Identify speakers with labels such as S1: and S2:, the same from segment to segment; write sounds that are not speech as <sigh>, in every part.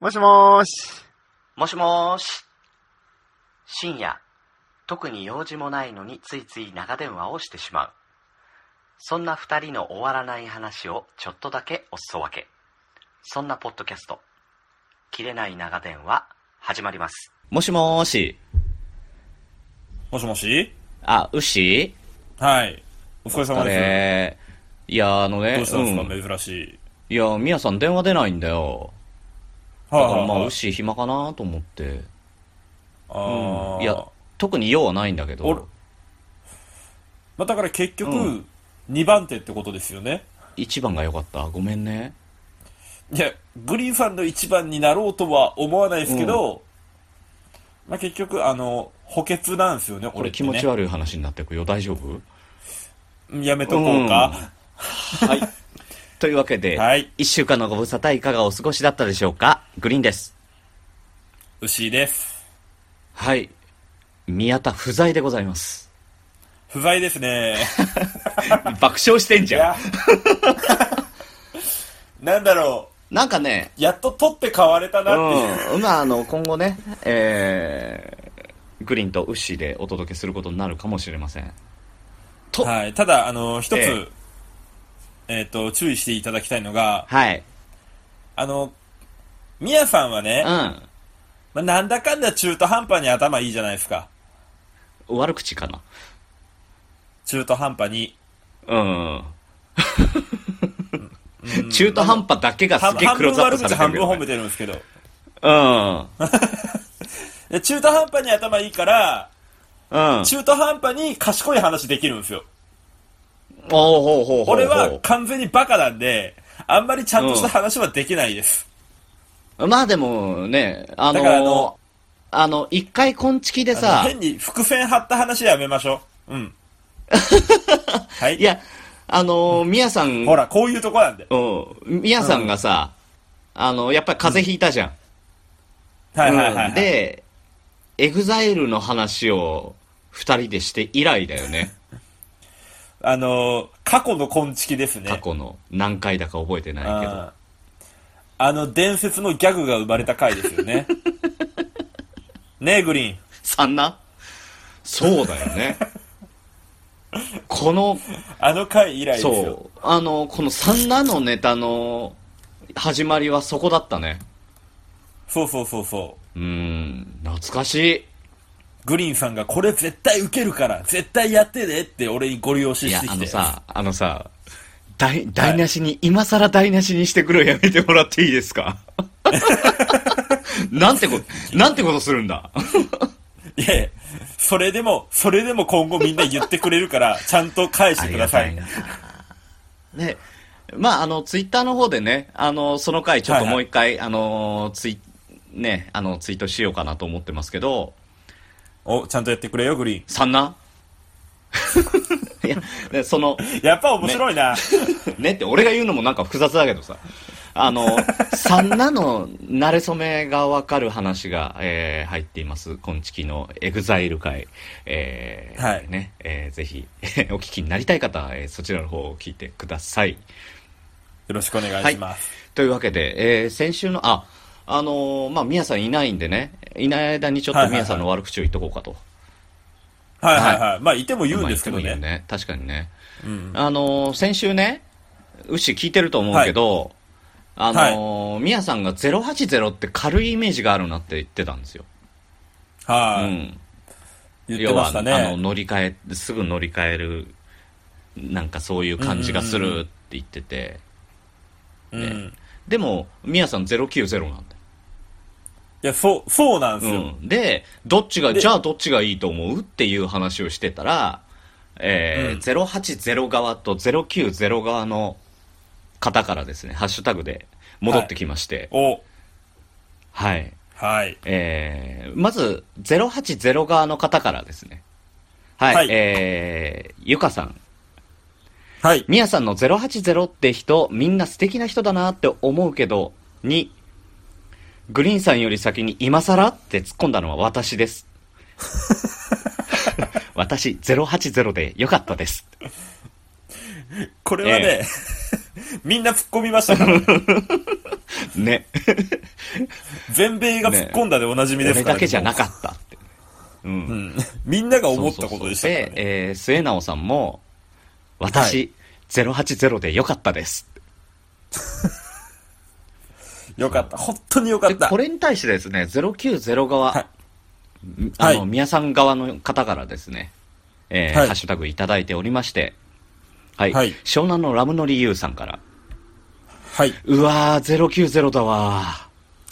S1: もしもーし。
S2: もしもーし。深夜、特に用事もないのについつい長電話をしてしまう。そんな二人の終わらない話をちょっとだけお裾分け。そんなポッドキャスト、切れない長電話、始まります。もしもーし。
S3: もしもし
S2: あ、うっし
S3: はい。お疲れ様で
S2: れ、いや、あの
S3: す。
S2: ね
S3: どうしたんですか、
S2: うん
S3: 珍し
S2: い
S3: い。
S2: や、みやさん電話出ないんだよ。
S3: は
S2: だからまあ、
S3: は
S2: うっしー暇かなと思って。
S3: あ
S2: い
S3: ー
S2: や、特に用はないんだけ
S3: おら
S2: ど、
S3: まあ、だから結局、
S2: うん
S3: 2番手ってことですよね。
S2: 一番が良かった。ごめんね。
S3: いや、グリーンさんの1番になろうとは思わないですけど、まあ、結局、あの、補欠なんですよね、
S2: こ
S3: 俺
S2: れ
S3: っ
S2: 気
S3: てね
S2: 持ち悪い話になってくよ。大丈夫
S3: うんやめとこうか。
S2: はい。 <laughs> というわけで、
S3: はい
S2: 一週間のご無沙汰いかがお過ごしだったでしょうかグリーンです。
S3: 牛井です。
S2: はい。宮田不在でございます。
S3: 不在ですね。
S2: 爆笑してん
S3: い
S2: じゃん。 <laughs>
S3: や、なんだろ
S2: なんかね、
S3: う、やっと取って買われたなっていう。
S2: うん。まあ、あの、今後ね、えー、グリーンとウッシーでお届けすることになるかもしれません。と
S3: はい、ただ、あの、一つ、
S2: え
S3: えっ、と、注意していただきたいのが、
S2: はい。
S3: あの、みやさんはね
S2: う、ん。
S3: まあ、なんだかんだ中途半端に頭いいじゃないですか。
S2: 悪口かな。
S3: 中途半端に。
S2: うん。中途半端だけがす
S3: 半
S2: げえ
S3: 半
S2: クロー
S3: 分
S2: ズアッ
S3: 悪
S2: プさ
S3: 口、
S2: れてる
S3: 半
S2: け
S3: 分
S2: ど
S3: 褒
S2: ね
S3: めてるんですけど。
S2: うん。
S3: で中途半端に頭いいから、
S2: うん。
S3: 中途半端に賢い話できるんですよ。
S2: おうほうほうほうほう
S3: 俺は完全にバカなんで、あんまりちゃんとした話はできないです。
S2: まあでもね、あの
S3: だからあの
S2: あの、一回こんちきで
S3: あ
S2: さ
S3: の、変に伏線張った話やめましょ
S2: <laughs>
S3: う。うん。はい。
S2: いや、あの、みやさん、
S3: ほら、こういうとこなんで。
S2: うん、みやさんがさ、あの、やっぱり風邪ひいたじゃん。
S3: はいはいはい、はい
S2: うんで、エグザイルの話を二人でして以来だよね。
S3: あのー過去の根付きですね。
S2: 過去の何回だか覚えてないけど。
S3: あーあの伝説のギャグが生まれた回です
S2: <laughs>
S3: よね。ねえ、グリーン。
S2: さんなそうだよね。この、
S3: あの回以来ですよ。
S2: そう。あの、このサンナのネタの始まりはそこだったね。
S3: そうそうそうそう。
S2: うーん、懐かしい。
S3: グリーンさんがこれ絶対ウケるから、絶対やってねって俺にご利用し
S2: い
S3: し
S2: や
S3: て、き
S2: あ
S3: て。
S2: のさ、あのさ、台、台無しに、今更台無しにしてくるのやめてもらっていいですか <laughs> なんてこと、なんてことするんだ。
S3: <laughs> いやいやそれでも、それでも今後みんな言ってくれるから、ちゃんと返してください。
S2: な。 <laughs> ね、まあ、あの、ツイッターの方でね、あの、その回ちょっともう一回、あの、ツイ、ね、あの、ツイートしようかなと思ってますけど、
S3: お、ちゃんとやってくれよ、グリーン。
S2: さんな <laughs> いや、ねその、
S3: やっぱ面白いな。
S2: ねって俺が言うのもなんか複雑だけどさ。あの、三なの慣れ初めがわかる話が、えー入っています。今月のエグザイル会。えー
S3: はい
S2: ね、えーぜひ、 <laughs> お聞きになりたい方は、えーそちらの方を聞いてください。
S3: よろしくお願いします。
S2: というわけで、えー先週の、あ、あのーまあ、宮さんいないんでね、いない間にちょっ
S3: は
S2: と
S3: いはいはい
S2: 宮さんの悪口を言っとこうかと。
S3: はい、はい、
S2: は
S3: はいいはいはいまあ、いても言うん
S2: まあ
S3: ですけど
S2: いつも言う
S3: ね。
S2: ね。確かにね。
S3: うん。
S2: あのー先週ね、うっしー聞いてると思うけど、あのーみやさんが080って軽いイメージがあるなって言ってたんですよ。
S3: はい、
S2: うん。
S3: 言ってました
S2: 要は、あの、
S3: ね。
S2: 乗り換え、すぐ乗り換える、なんかそういう感じがするって言ってて、
S3: うん。
S2: でも、みやさん090なんだよ。
S3: いや、そう、そうなんですよ。
S2: うん。で、どっちが、
S3: で
S2: じゃあどっちがいいと思うっていう話をしてたら、えー080側と090側の方からですね、ハッシュタグで戻ってきまして、
S3: お、
S2: はい。
S3: はい。
S2: えー、まず、080側の方からですね。はい。
S3: はい
S2: えー、ゆかさん。
S3: はい。
S2: みやさんの080って人、みんな素敵な人だなって思うけど、に、グリーンさんより先に今更って突っ込んだのは私
S3: <laughs>
S2: です。私、080でよかったです。
S3: <laughs> これはね、みんな突っ込みましたから、ね。
S2: ね。
S3: 全米が突っ込んだでおなじみです
S2: 俺
S3: から、
S2: だけじゃなかったって。うん。
S3: うん。みんなが思ったことでし
S2: そうそうそう
S3: たから
S2: で、
S3: ね。
S2: えー末直さんも、私、080でよかったです。
S3: よかった。本当によか
S2: で
S3: った。
S2: これに対してですね、090側、
S3: は
S2: あの、
S3: はい
S2: 宮さん側の方からですね、えー
S3: はい
S2: ハッシュタグいただいておりまして、はい。
S3: はい
S2: 湘南のラムノリユウさんから、
S3: はい。
S2: うわー、090だわ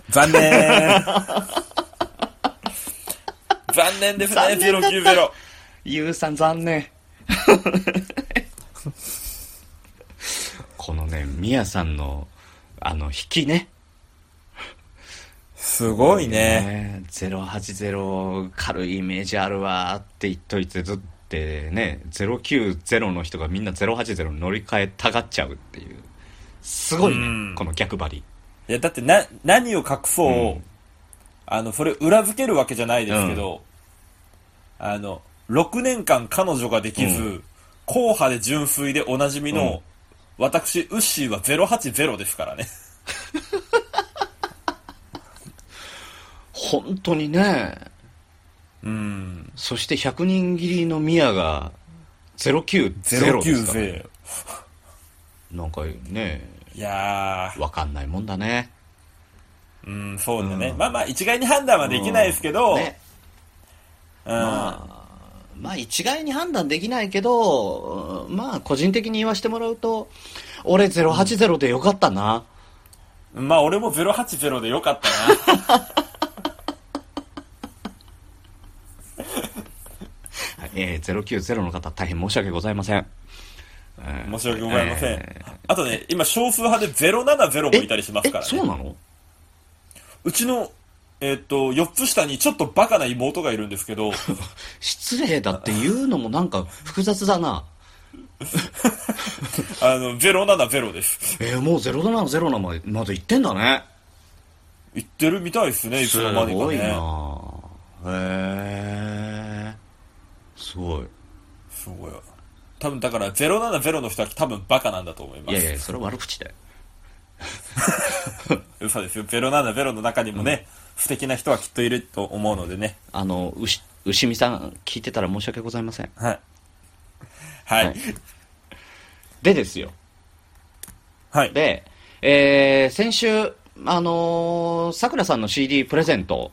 S2: ー。
S3: 残念。 <laughs> <laughs> 残念ですね、090。
S2: ゆうさん残
S3: <laughs>
S2: 念。このね、みやさんの、あの、引きね。
S3: すごいね。
S2: ね。080軽いイメージあるわーって言っといて、ずってね、090の人がみんな080に乗り換えたがっちゃうっていう。すごいね、この逆張り。
S3: いや、だってな、何を隠そう、
S2: うん
S3: あの、それ裏付けるわけじゃないですけど、あの、6年間彼女ができず、
S2: うん
S3: 硬派で純粋でおなじみの、
S2: うん
S3: 私、ウッシーは080ですからね。
S2: 本当にね、
S3: うん。
S2: そして100人切りのみやが、090ですから、
S3: 090。
S2: なんかね、
S3: いや
S2: わかんないもんだね。
S3: ー、うん、そうだね。
S2: うん
S3: まあまあ、一概に判断はできないですけど、
S2: ね
S3: うん、
S2: まあ、まあ一概に判断できないけど、うんまあ個人的に言わしてもらうと、俺080でよかったな。
S3: まあ俺も080でよかったな。
S2: はいえー、090の方大変申し訳ございません。えー
S3: 申し訳ございません。
S2: え
S3: あとね、今少数派で070も
S2: ー
S3: いたりしますから
S2: えそう
S3: ね。
S2: なの
S3: うちの、えっと、4つ下にちょっとバカな妹がいるんですけ
S2: <laughs>
S3: ど、
S2: 失礼だって言うのもなんか複雑だな。
S3: あの、070です。
S2: えー、もう070まで、まで行ってんだね。
S3: 言ってるみたいですね、いつ
S2: す
S3: の間にか
S2: ごい
S3: ね。
S2: なへえすごい。
S3: すごい。多分だから070の人は多分バカなんだと思いま
S2: い
S3: す。
S2: やいや、それは悪口だよ。
S3: 嘘ですよ。070の中にもね、素敵な人はきっといると思うのでね。
S2: あの、うし、うしみさん、聞いてたら申し訳ございません。
S3: はい。は
S2: はい
S3: い。
S2: でですよ。
S3: はい。
S2: で、えー、先週、あのーさくらさんの CD プレゼント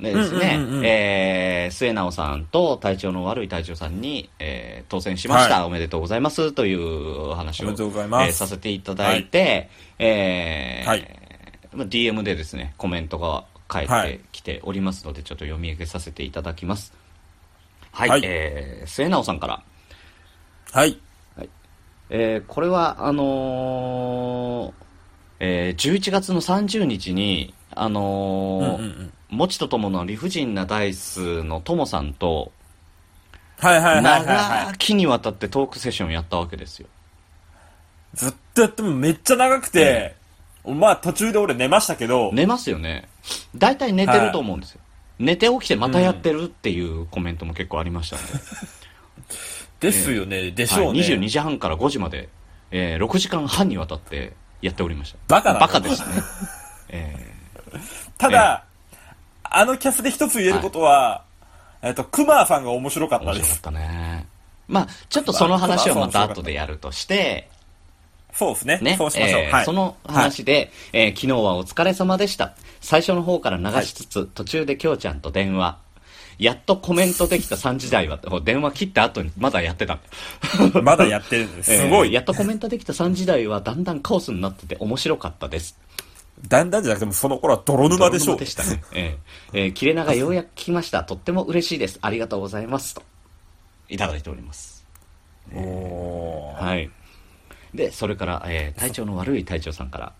S2: でですね、
S3: うんうんうんうん
S2: えー、末直さんと体調の悪い隊長さんに、えー当選しました、
S3: はい
S2: おめでとうございますというお話を
S3: おめでとうございます
S2: えーさせていただいて、えー
S3: はい
S2: まあ DM でですね、コメントが返っ
S3: は
S2: て
S3: い
S2: きておりますので、ちょっと読み上げさせていただきます。はい、
S3: はい
S2: えー末直さんから、
S3: はい。
S2: えーこれは、あのーえー11月の30日に、あ
S3: う
S2: の
S3: んう
S2: ー
S3: んうん。
S2: もちとともの理不尽なダイスのともさんと、
S3: はいはいはいはいはい。
S2: 長きにわたってトークセッションをやったわけですよ。
S3: ずっとやってもめっちゃ長くて、まあ途中で俺寝ましたけど、
S2: 寝ますよね。大体寝てると思うんですよ。寝て起きてまたやってるっていうコメントも結構ありましたので、
S3: ですよね、でし
S2: はい
S3: ょうね。
S2: 22時半から5時まで、えー6時間半にわたってやっておりました。
S3: バカなの
S2: バカでしたね。えー
S3: ただ、あのキャスで一つ言えることは、えっと、クマさんが面白かった
S2: 面
S3: で
S2: 白かっ
S3: す。
S2: たね。まあ、ちょっとその話をまた後でやるとして、
S3: そうですね。
S2: ね
S3: そう、しましょう。
S2: えー
S3: はい。
S2: その話で、えー昨日はお疲れ様でした。最初の方から流しつつ、途中できょうちゃんと電話。やっとコメントできた3時台は、電話切った後にまだやってた。
S3: まだやってるんです。すご
S2: えー
S3: い。
S2: やっとコメントできた3時台は、だんだんカオスになってて面白かったです。
S3: だんだんじゃなくても、その頃は泥沼でしょう。
S2: 泥したね。えーえー切れ長ようやく聞きました。とっても嬉しいです。ありがとうございます。と、いただいております。
S3: おー
S2: はい。で、それから、えー体調の悪い隊長さんから、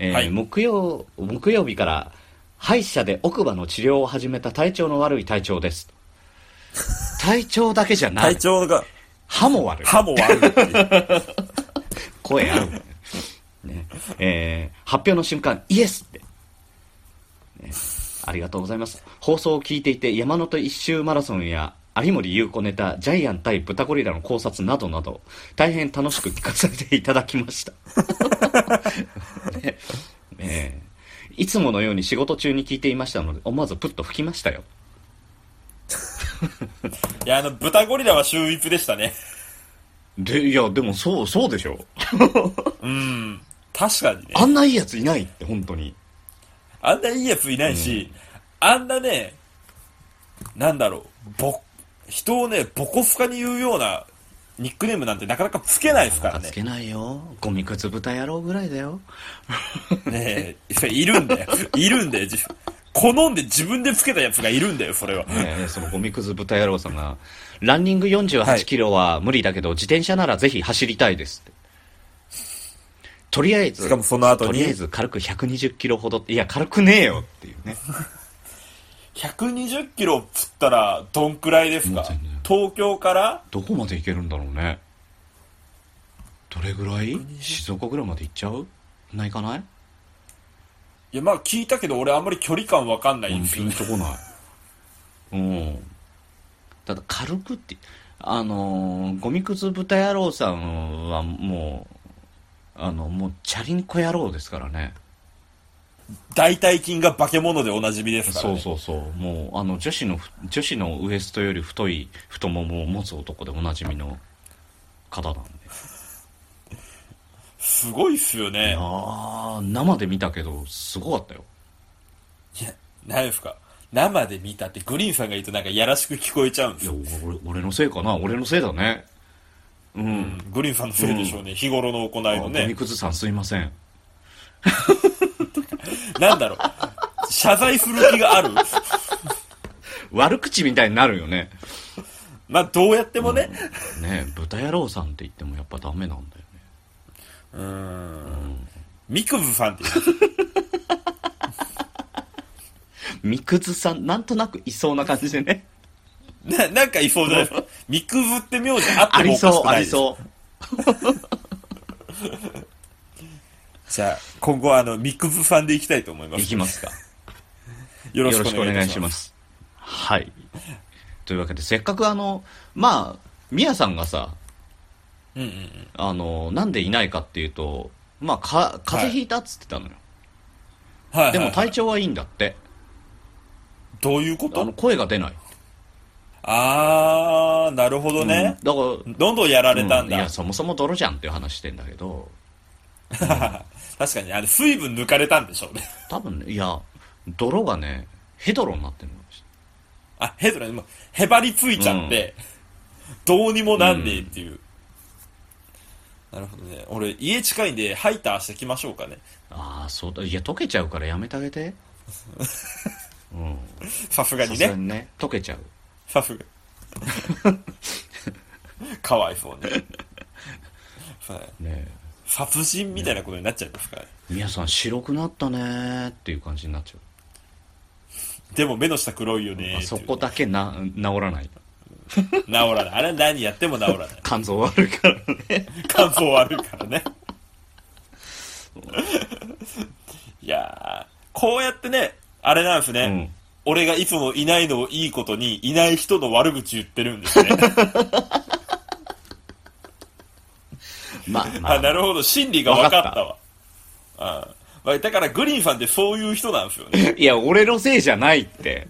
S2: えー
S3: はい
S2: 木曜、木曜日から、歯医者で奥歯の治療を始めた体調の悪い隊長
S3: <laughs>
S2: です。体調だけじゃな
S3: 体
S2: い。
S3: 調が、
S2: 歯も悪い。
S3: 歯も悪いっていう。
S2: 声合う。ね、えー発表の瞬間、イエスって、ね。ありがとうございます。放送を聞いていて、山手一周マラソンや、有森優子ネタ、ジャイアン対ブタゴリラの考察などな <laughs> ど、大変楽しく聞かせていただきました。ねいつものように仕事中に聞いていましたので、思わずプッと吹きましたよ。
S3: いや、あの、豚ゴリラは秀逸でしたね。
S2: で、いや、でもそう、そうでしょ。
S3: うん。確かにね。
S2: あんないいやついないって、本当に。
S3: あんないいやついないし、あんなね、なんだろう、ぼ、人をね、ボコスカに言うようなニックネームなんてなかなかつけないですからね
S2: つ。けないよ。ゴミ靴豚野郎ぐらいだよ。
S3: ねえ、それいるんだよ。いるんだよ。実好んで自分でつけたやつがいるんだよ、それは。
S2: ねえそのゴミくず豚野郎さんが、ランニング48キロは無理だけど、自転車ならぜひ走りたいですって。とりあえず、
S3: しかもその後に
S2: とりあえず軽く120キロほどって、いや、軽くねえよっていうね。
S3: 120キロつったら、どんくらいです
S2: もう
S3: か
S2: 全然
S3: 東京から
S2: どこまで行けるんだろうね。どれぐらい静岡ぐらいまで行っちゃうそんな行かない
S3: いや、まあ聞いたけど、俺あんまり距離感わかんないんです
S2: ピ
S3: よ
S2: ン。とこない。うん。ただ、軽くって、あのーゴミくず豚野郎さんはもう、あの、もう、チャリンコ野郎ですからね。
S3: 大体筋が化け物でおなじみですから、
S2: そ
S3: ね。
S2: うそうそう。もう、あの、女子のふ、女子のウエストより太い太ももを持つ男でおなじみの方なんで。
S3: すごいっすよね。
S2: ああ、生で見たけど、すごかったよ。
S3: いや、何ですか。生で見たって、グリーンさんが言うとなんかやらしく聞こえちゃうんで
S2: い
S3: す
S2: や
S3: よ。、
S2: 俺、俺のせいかな俺のせいだね。うん。
S3: グリーンさんのせいでしょうね。日頃の行い
S2: あ
S3: の
S2: ゴ
S3: ね
S2: ミ。くずさんすいません。
S3: なんだろう。謝罪する気がある。
S2: 悪口みたいになるよね。
S3: まあ、どうやってもね。
S2: ねえ豚野郎さんって言ってもやっぱダメなんだよね
S3: うーん。ミクブさんって言う
S2: ミクズさんなんとなくいそうな感じでね
S3: な、 <laughs> なんかいそうじゃないですか。ミクブって名字あっ
S2: <laughs> あ
S3: ても
S2: り
S3: おかし
S2: そ
S3: く
S2: う
S3: な
S2: あ
S3: い
S2: り
S3: です。
S2: そう
S3: じゃあ、今後はあの、ミクブさんでいきたいと思いま
S2: い
S3: す。
S2: きますか
S3: よ
S2: よろ
S3: ろ
S2: し
S3: し
S2: く
S3: く
S2: お
S3: お
S2: 願
S3: 願
S2: い
S3: い
S2: し
S3: し
S2: ま
S3: ます。
S2: すはいというわけでせっかくあのまあみやさんがさ
S3: うんうんうん。
S2: あのなんでいないかっていうとまあか風邪ひいたっつってたのよ、
S3: はい、はい。
S2: でも体調はいいんだって
S3: どういうこ
S2: あの
S3: と
S2: 声が出ない、
S3: あー、なるほどね。
S2: だから
S3: どんどんやられたん
S2: う
S3: だ。
S2: いやそもそも泥じゃんっていう話してんだけど
S3: 確かに、あれ、水分抜かれたんでしょうね。 <laughs>
S2: 多分ねいや泥がねヘドロになってるのかもしれない
S3: あ、ヘドラにも、へばりついちゃって、どうにもなんねえっていう。なるほどね。俺、家近いんで、ハイターしてきましょうかね。
S2: ああそうだいや溶けちゃうからやめてあげてうん
S3: さすが
S2: さ
S3: に
S2: すが
S3: ね。
S2: にね溶けちゃう
S3: さすが。かわいそうに。はい
S2: ね
S3: 殺人みたいなことになっちゃいますからね。
S2: え皆さん白くなったねーっていう感じになっちゃ
S3: でも目の下黒いよね
S2: う、
S3: ー
S2: あ
S3: ってい
S2: そうこだけな治らない
S3: 治らない。あれは何やっても治らない。
S2: 肝臓悪い
S3: <laughs>
S2: からね
S3: 感想悪いからね。いやー、こうやってね、あれなんですね、
S2: うん
S3: 俺がいつもいないのをいいことに、いない人の悪口言ってる
S2: <laughs>
S3: んですね。
S2: まあ、ま
S3: あ
S2: あ、
S3: なるほど、心理が分かったわ。あーまあ、だからグリーンさんってそういう人なんですよね。
S2: いや俺のせいじゃないって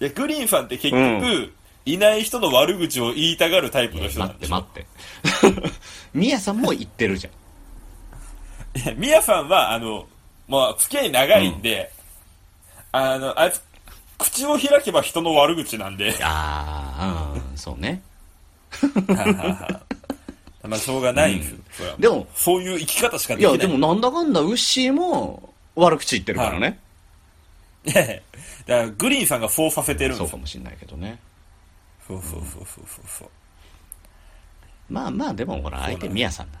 S3: いや、グリーンさんって結局、
S2: うん
S3: いない人の悪口を言いたがるタイプの人な
S2: 待
S3: ん
S2: っ
S3: で
S2: て
S3: すよ
S2: 待って <laughs> みやさんも言ってるじゃん
S3: い <laughs> や、みやさんは、あの、まあ、付き合い長いんで、あの、あいつ、口を開けば人の悪口な
S2: <laughs>
S3: んで、
S2: ああうんそうね
S3: まあ、しょうがないんですよ、それは
S2: でも
S3: そういう生き方しか
S2: い
S3: できな
S2: や
S3: い。
S2: でもなんだかんだウッシーも悪口言ってるからね、
S3: いやいや <laughs> だから、グリーンさんがそうさせてる
S2: そ
S3: んで
S2: う
S3: す
S2: か
S3: よ。
S2: もしれないけどね
S3: そうそうそうそうそうそう。
S2: まあまあでもほら相手みやさんだ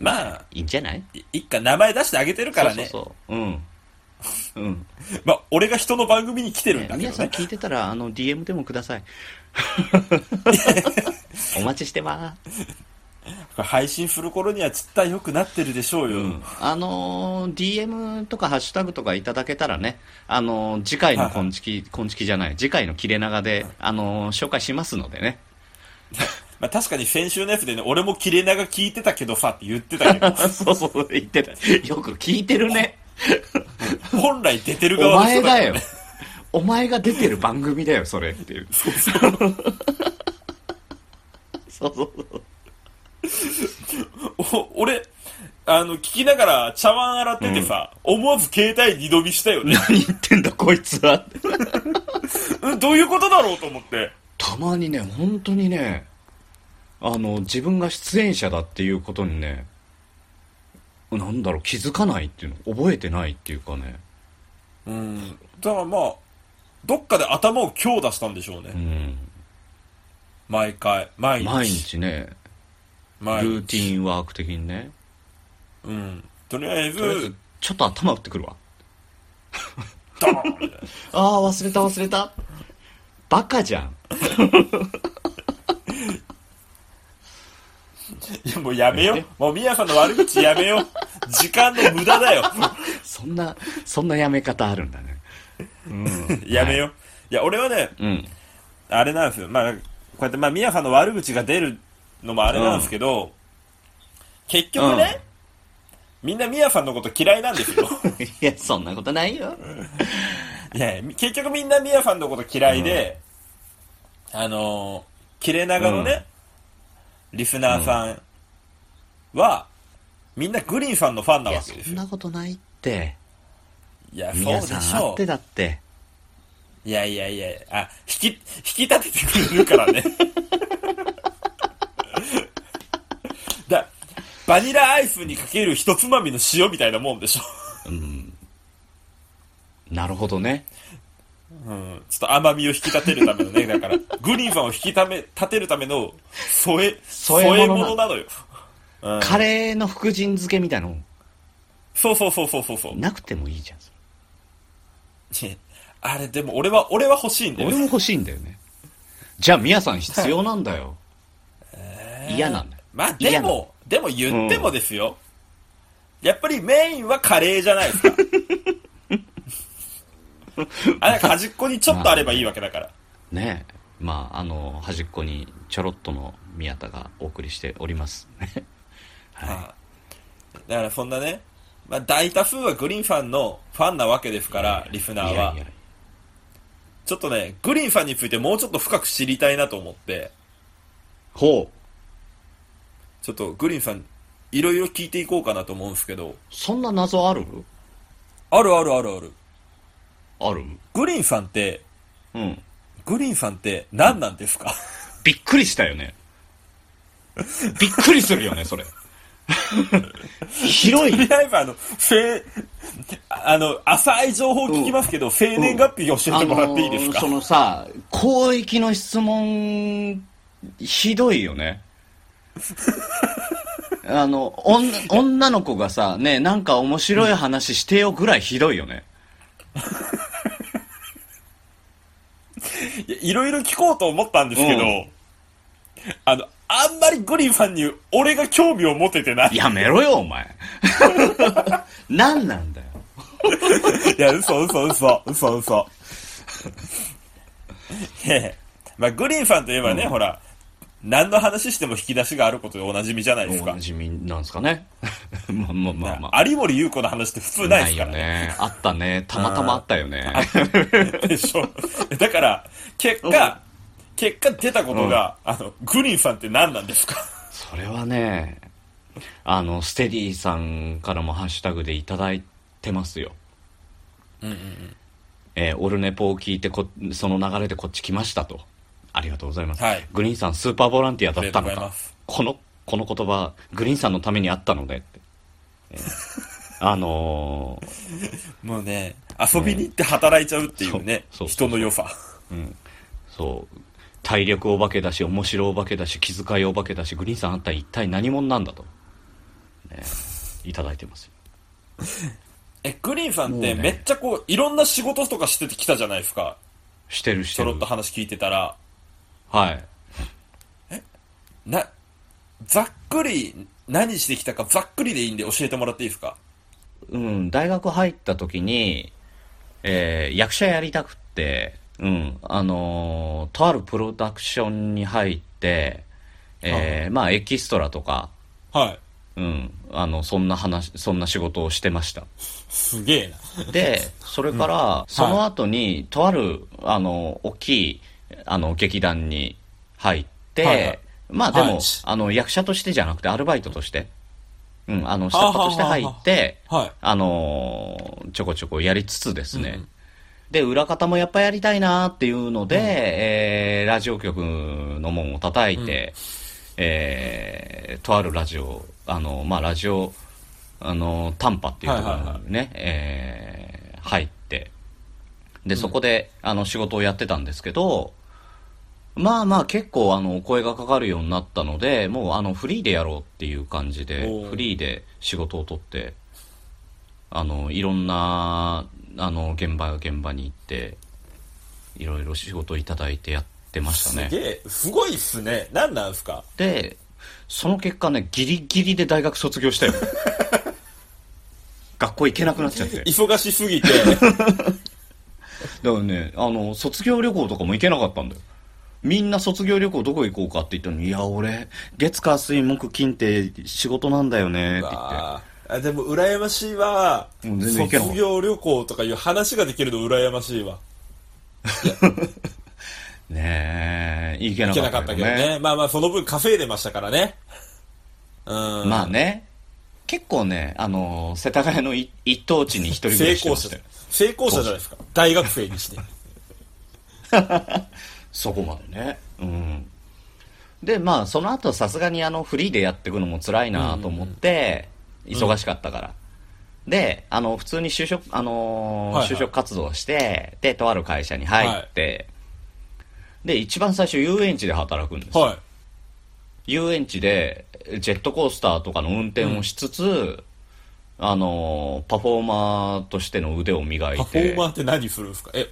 S3: まあ、
S2: いいんじゃない
S3: い一家名前出してあげてるからね。
S2: そうそうそううんうん
S3: まあ、俺が人の番組に来てるん
S2: ね
S3: だけ
S2: 皆
S3: ど
S2: さん
S3: ね。
S2: 聞いてたらあの DM でもくだ
S3: <laughs>
S2: さいお待ちしてま
S3: これ配信する頃には実態良くなってるでしょう
S2: す、
S3: よ。
S2: あのー DM とかハッシュタグとかいただけたらねあのー次回の昆虫昆虫じゃない次回の切れ長であのー紹介しますので
S3: <laughs>
S2: ね
S3: まあ、確かに先週のやつでね、
S2: <laughs>
S3: 俺も切れ長聞いてたけどさって言ってたけど。
S2: そうそう言ってたよく聞いてるね
S3: 本来出てる
S2: お
S3: 側の
S2: 前
S3: 人
S2: だよ。お前が出てる番組だよ、それっていう。
S3: そうそう
S2: <laughs> そうそうそう。
S3: お俺あの聞きながら茶碗洗っててさ、思わず携帯二度見したよね
S2: 何言ってんだ、こいつは。
S3: うんどういうことだろうと思って
S2: たまにね、本当にね、あの、自分が出演者だっていうことにね、なんだろう、気づかないっていうの、覚えてないっていうかね。
S3: うんだからまあどっかで頭を強打したんでしょうね、
S2: うん。
S3: 毎回毎日
S2: 毎日ね、
S3: 毎日
S2: ルーティンワーク的にね。
S3: うんとりあえず
S2: とりあえず、ちょっと頭打ってくるわ。
S3: ドー
S2: <laughs>
S3: ンみたいな
S2: ああ、忘れた忘れた。バカじゃん。
S3: いやもうやめよもうみやさんの悪口やめよ時間の無駄だ
S2: <laughs>
S3: よ
S2: そんな、そんなやめ方あるんだね。
S3: やめよ、い、や俺はね
S2: うん。
S3: あれなんですよまあこうやってまあみやさんの悪口が出るのもあれなんですけど、結局ね、みんなみやさんのこと嫌いなんですよ
S2: いや、そんなことないよ。
S3: <laughs> いや結局みんなみやさんのこと嫌いで、あのー切れ長のね、リスナーさんは、みんなグリーンさんのファンないわ
S2: や、
S3: け
S2: そ
S3: です
S2: ん
S3: よ
S2: なことないって。
S3: いや
S2: 皆
S3: そうでし
S2: さんあ
S3: ょ
S2: っ
S3: う
S2: てだって。
S3: いやいやいや、あ、引き、引き立ててくれるから <laughs> ね。だ、バニラアイスにかける一つまみの塩みたいなもんでしょ。
S2: なるほどね。
S3: うん。ちょっと甘みを引き立てるため <laughs> のね、だから、グリーンさんを引きため、立てるための添え、
S2: 添
S3: 添
S2: え
S3: え
S2: 物な
S3: 物なのよ。うん、
S2: カレーの福神漬けみたいなの、
S3: そうそうそうそうそうそう。
S2: なくてもいいじゃん。そ
S3: いやあれ、でも俺は、俺は欲しいんだ
S2: れ
S3: よ
S2: 俺も。欲しいんだよね。じゃあ、みやさん必要なんだよ。嫌なんだよ。
S3: まあで
S2: 嫌な
S3: も、でも言ってもですよ。やっぱりメインはカレーじゃないですか。あれ端っこにちょっとあればいいわけだから。
S2: ねえ。まあ、あの、端っこにちょろっとの宮田がお送りしております。ね
S3: だからそんなね、まあ大多数はグリーンファンのファンなわけですから、リスナー
S2: い
S3: は
S2: やい。や。
S3: ちょっとね、グリーンファンについてもうちょっと深く知りたいなと思って、
S2: ほう。
S3: ちょっとグリーンさん、いろいろ聞いていこうかなと思うんですけど、
S2: そんな謎ある
S3: あるあるあるある。
S2: ある
S3: グリーンさんって、
S2: うん。
S3: グリーンさんって何なんですか
S2: びっくりしたよ <laughs> ね。びっくりするよね、 <laughs> それ。広
S3: と
S2: い。
S3: りあえずあの、生、あの、浅い情報聞きますけど、生、年月日教えてもらっていいですか、
S2: あのーそのさ、広域の質問、ひどいよ
S3: <laughs>
S2: ね。あの、女女の子がさ、ねえ、なんか面白い話してよぐらいひどいよね。
S3: いやいろいろ聞こうと思ったんですけど、
S2: うん
S3: あの、あんまりグリーンさんに俺が興味を持ててない。
S2: やめろよ、お
S3: <laughs>
S2: 前。何なんだよ。
S3: いや、嘘嘘嘘、嘘嘘。 <laughs> いやいやまあ、グリーンさんといえばね、ほら、何の話しても引き出しがあることでおなじみじゃないです
S2: お
S3: か
S2: な。じみなんですかね。
S3: <laughs>
S2: まあまあまあまあ。
S3: 有森裕子の話って普通ないですから
S2: よね。あったね。たまたまあったよね。
S3: でしょ。だから、結果、結果出たことが、あの、グリーンさんって何なんですか
S2: それはね、あの、ステディさんからもハッシュタグでいただいてますよ。えーオルネポを聞いてこ、その流れでこっち来ましたと。ありがとうございます。
S3: はい
S2: グリーンさん、スーパーボランティアだったの
S3: ありがと
S2: か
S3: うございます。
S2: この、この言葉、グリーンさんのためにあったのでって。えー <laughs> あのー
S3: もうね、遊びに行って働いちゃうっていうね、
S2: そうそう
S3: 人の良さ。
S2: そう、体力お化けだし、面白お化けだし、気遣いお化けだし、グリーンさんあんた一体何者なんだと。ね、いただいてますよ。
S3: え、グリーンさんっ
S2: もう
S3: て
S2: ね
S3: めっちゃこう、いろんな仕事とかしててきたじゃないですか。
S2: してるし
S3: ち
S2: て
S3: ょ
S2: る
S3: ろっ。と話聞いてたら。
S2: はい。
S3: な、ざっくり、何してきたかざっくりでいいんで教えてもらっていいですか
S2: うん、大学入った時に、えー役者やりたくって、うん、あのーとあるプロダクションに入って、えーまあ、エキストラとか、
S3: はい。
S2: うん、あのそんな話そんな仕事をしてました
S3: すげえな。
S2: でそれからその後にとあるあの大きいあの劇団に入って、
S3: はいはい
S2: まあでも、
S3: はい
S2: あの役者としてじゃなくてアルバイトとして、うん、あの下っ端として入って
S3: はい。
S2: あのーちょこちょこやりつつですね、
S3: うんうん
S2: で裏方もやっぱやりたいなっていうので、えーラジオ局の門を叩いて、えーとあるラジオあのまあラジオあの短波っていうところにね、
S3: はいはい
S2: えー入ってでそこで、あの仕事をやってたんですけどまあまあ結構あのお声がかかるようになったのでもうあのフリーでやろうっていう感じで
S3: おー
S2: フリーで仕事を取ってあのいろんなあの現場現場に行っていろいろ仕事をいただいてやってました
S3: す
S2: ね
S3: げえ、すごいっすね。なんなんすか
S2: でその結果ねギリギリで大学卒業した
S3: <laughs>
S2: よ学校行けなくなっちゃって
S3: 忙しすぎて。
S2: だからねあの卒業旅行とかも行けなかったんだよみんな卒業旅行どこ行こうかって言ったのに「いや俺月火水木金って仕事なんだよね」って言って
S3: あーあでも、羨ましいわ。
S2: もう全然いけなかった
S3: 卒業旅行とかいう話ができるの羨ましいわ。
S2: ねえ行けない
S3: けなか
S2: か
S3: っ
S2: ったた
S3: け
S2: け
S3: ど
S2: ど
S3: ね
S2: ね。
S3: まあまあ、その分稼いでましたからね。うん。
S2: まあね結構ねあの世田谷のい一等地に一人暮
S3: 成
S2: らしして
S3: 功
S2: まし
S3: 者
S2: たよ、
S3: 成功者じゃないですか。大学
S2: <laughs>
S3: 生にして。
S2: そこまでねうんでまあその後さすがにあのフリーでやっていくのも辛いなと思って、忙しかったから、であの普通に就職あのー
S3: はいはい
S2: 就職活動してでとある会社に入って、で一番最初遊園地で働くんですよ、
S3: は
S2: 遊園地でジェットコースターとかの運転をしつつ、あのーパフォーマーとしての腕を磨
S3: い。
S2: い
S3: パフォ
S2: て
S3: ーマーって何するんですかえ、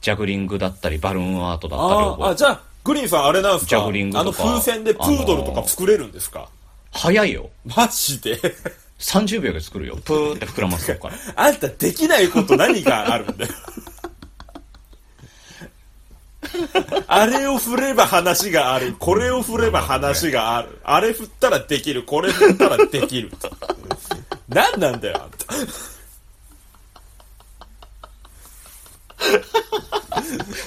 S2: ジャグリングだったりバルーンアートだったり
S3: あ
S2: を
S3: ーあ、じゃあ、グリーンさんあれなんです
S2: ジ
S3: か
S2: ャグリング
S3: あの
S2: とか
S3: 風船でプードルとか作れるんですか、
S2: 早いよ
S3: マジで
S2: 30秒で作るよプーって膨らますとこから
S3: あんたできないこと何があるんだよ。あれを振れば話がある。これを振れば話がある。あれ振ったらできる。これ振ったらできる。何なんだよ、あん
S2: すいま
S3: た。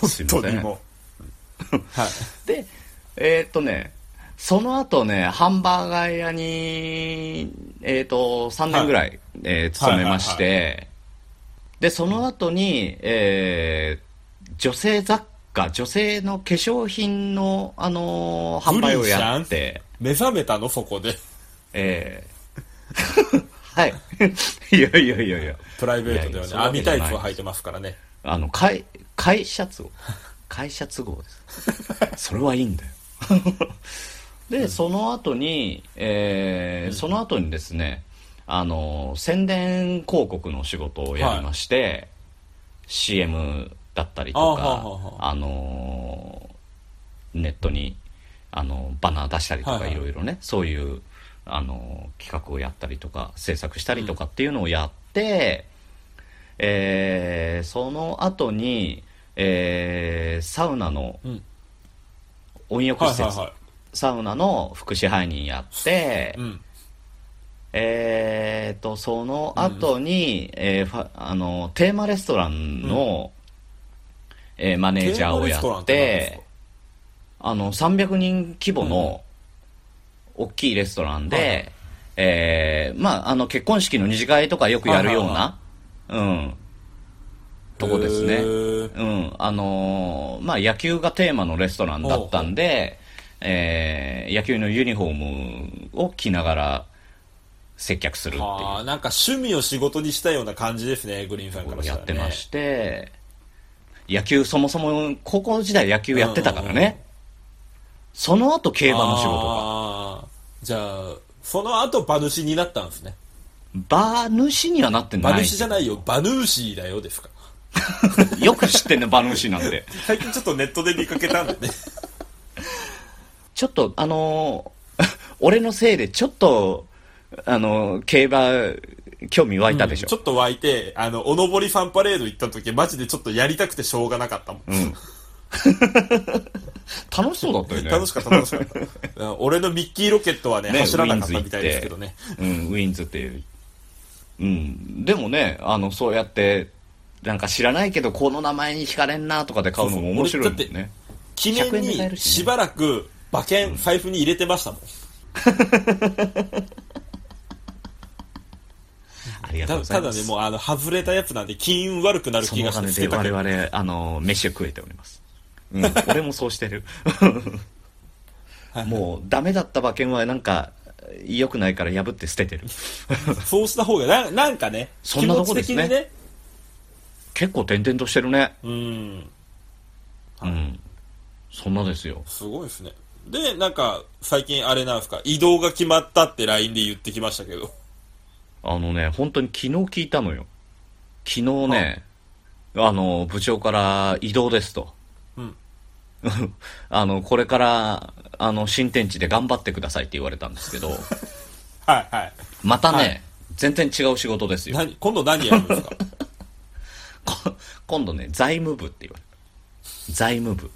S3: と
S2: せ
S3: に
S2: ん
S3: も。はい。
S2: でえーっとねその後ねハンバーガー屋にえーっと3年ぐらい、えー勤めまして、でその後にえー女性雑貨女性の化粧品の、あのー販売をやっ
S3: グリ
S2: て
S3: 目覚めたの、そこで。
S2: えー <laughs> はいいやいやいやいや
S3: プライベート
S2: いやいや
S3: ではね。
S2: そういうわけじ
S3: 網
S2: ゃな
S3: タ
S2: い
S3: イツを履いてますからね。
S2: あの、会、会社都合。 <laughs> 会社都合です。それはいいんだよ。 <laughs> で、その後に、えーその後にですね、あの、宣伝広告の仕事をやりまして、CM だったりとか、
S3: あ
S2: あ
S3: ははは
S2: の、ネットに、あの、バナー出したりと
S3: はい
S2: か、
S3: はい
S2: いろいろね、そういう、あの、企画をやったりとか、制作したりとかっていうのをやって、えーその後に、えーサウナの
S3: うん
S2: 温浴
S3: は
S2: 施
S3: い
S2: 設、
S3: はいは
S2: サウナの副支配人やって、
S3: い。うん。
S2: えーとその後に、えーファあのテーマレストランの、えーマネージャーをや
S3: テーマレストラン
S2: っ
S3: って何ですか
S2: てあの300人規模の大きいレストランで、
S3: はいは
S2: えーまあ、あの結婚式の二次会とかよくやるような、うん、とこですね
S3: へ。ー
S2: うん、あのーまあ、野球がテーマのレストランだったんで、えー野球のユニフォームを着ながら接客するっていう
S3: はあ、なんか趣味を仕事にしたような感じですね、グリーンさん
S2: こ
S3: か
S2: と
S3: ら
S2: を
S3: した
S2: や
S3: ら、
S2: っ
S3: ね。
S2: てまして、野球そもそも高校時代野球やってたから
S3: うんうんうん
S2: ね、その後競
S3: 競
S2: 馬の仕事が。
S3: が。じゃあ、その後馬主になったんですね。
S2: 馬主にはなって
S3: 馬
S2: ない。
S3: 主じゃないよ、馬主だよですか。
S2: よく知ってんね、馬主なん
S3: <laughs>
S2: て。
S3: 最近ちょっとネットで見かけたんでね。
S2: ちょっと、あのー <laughs> 俺のせいでちょっと、あのー競馬、興味湧いたでしょ。
S3: <laughs> ちょっと湧いて、あの、おのぼりファンパレード行った時、マジでちょっとやりたくてしょうがなかったもん。
S2: うん楽しそうだったよね。
S3: 楽しかった、楽しかった。 <laughs> うん俺のミッキーロケットはね、
S2: ね
S3: 走らなかったみたいですけどね。
S2: うん、ウィンズっていう。うん。でもね、あの、そうやって、なんか知らないけど、この名前に惹かれんなとかで買うのも面白いもん
S3: そうそう俺
S2: ね。
S3: 記
S2: 100円
S3: 念
S2: で買える
S3: に
S2: しね
S3: しばらく馬券、財布に入れてましたもん。
S2: ありがとうござい
S3: たた
S2: ま
S3: だ
S2: す。
S3: ね、もうあの、外れたやつなんで金運悪くなる
S2: そ
S3: 気
S2: の
S3: が
S2: お金
S3: して捨
S2: で
S3: てた
S2: 我
S3: けど。
S2: 々、あの、飯を食えております。うん、俺もそうしてる。もう、ダメだった馬券はなんか、良くないから破って捨ててる。
S3: そうした方がな、なんかね、
S2: そ
S3: 気
S2: んな
S3: 持
S2: と
S3: ち
S2: こ
S3: 的に
S2: です
S3: ね。
S2: 結構転々としてるね。
S3: うん。
S2: うん。そんなですよ。
S3: すごいですね。で、なんか、最近あれなんですか、移動が決まったって LINE で言ってきましたけど。 <laughs>
S2: あのね、本当に昨日聞いたのよ。昨日ね、あの、部長から移動ですと。
S3: うん。
S2: <laughs> あの、これから、あの、新天地で頑張ってくださいって言われたんですけど、 <laughs>
S3: はいはい。
S2: またね、
S3: はい
S2: 全然違う仕事ですよ。
S3: 何、今度何やるんですか
S2: <laughs> こ今度ね、財務部って言われた。財務部。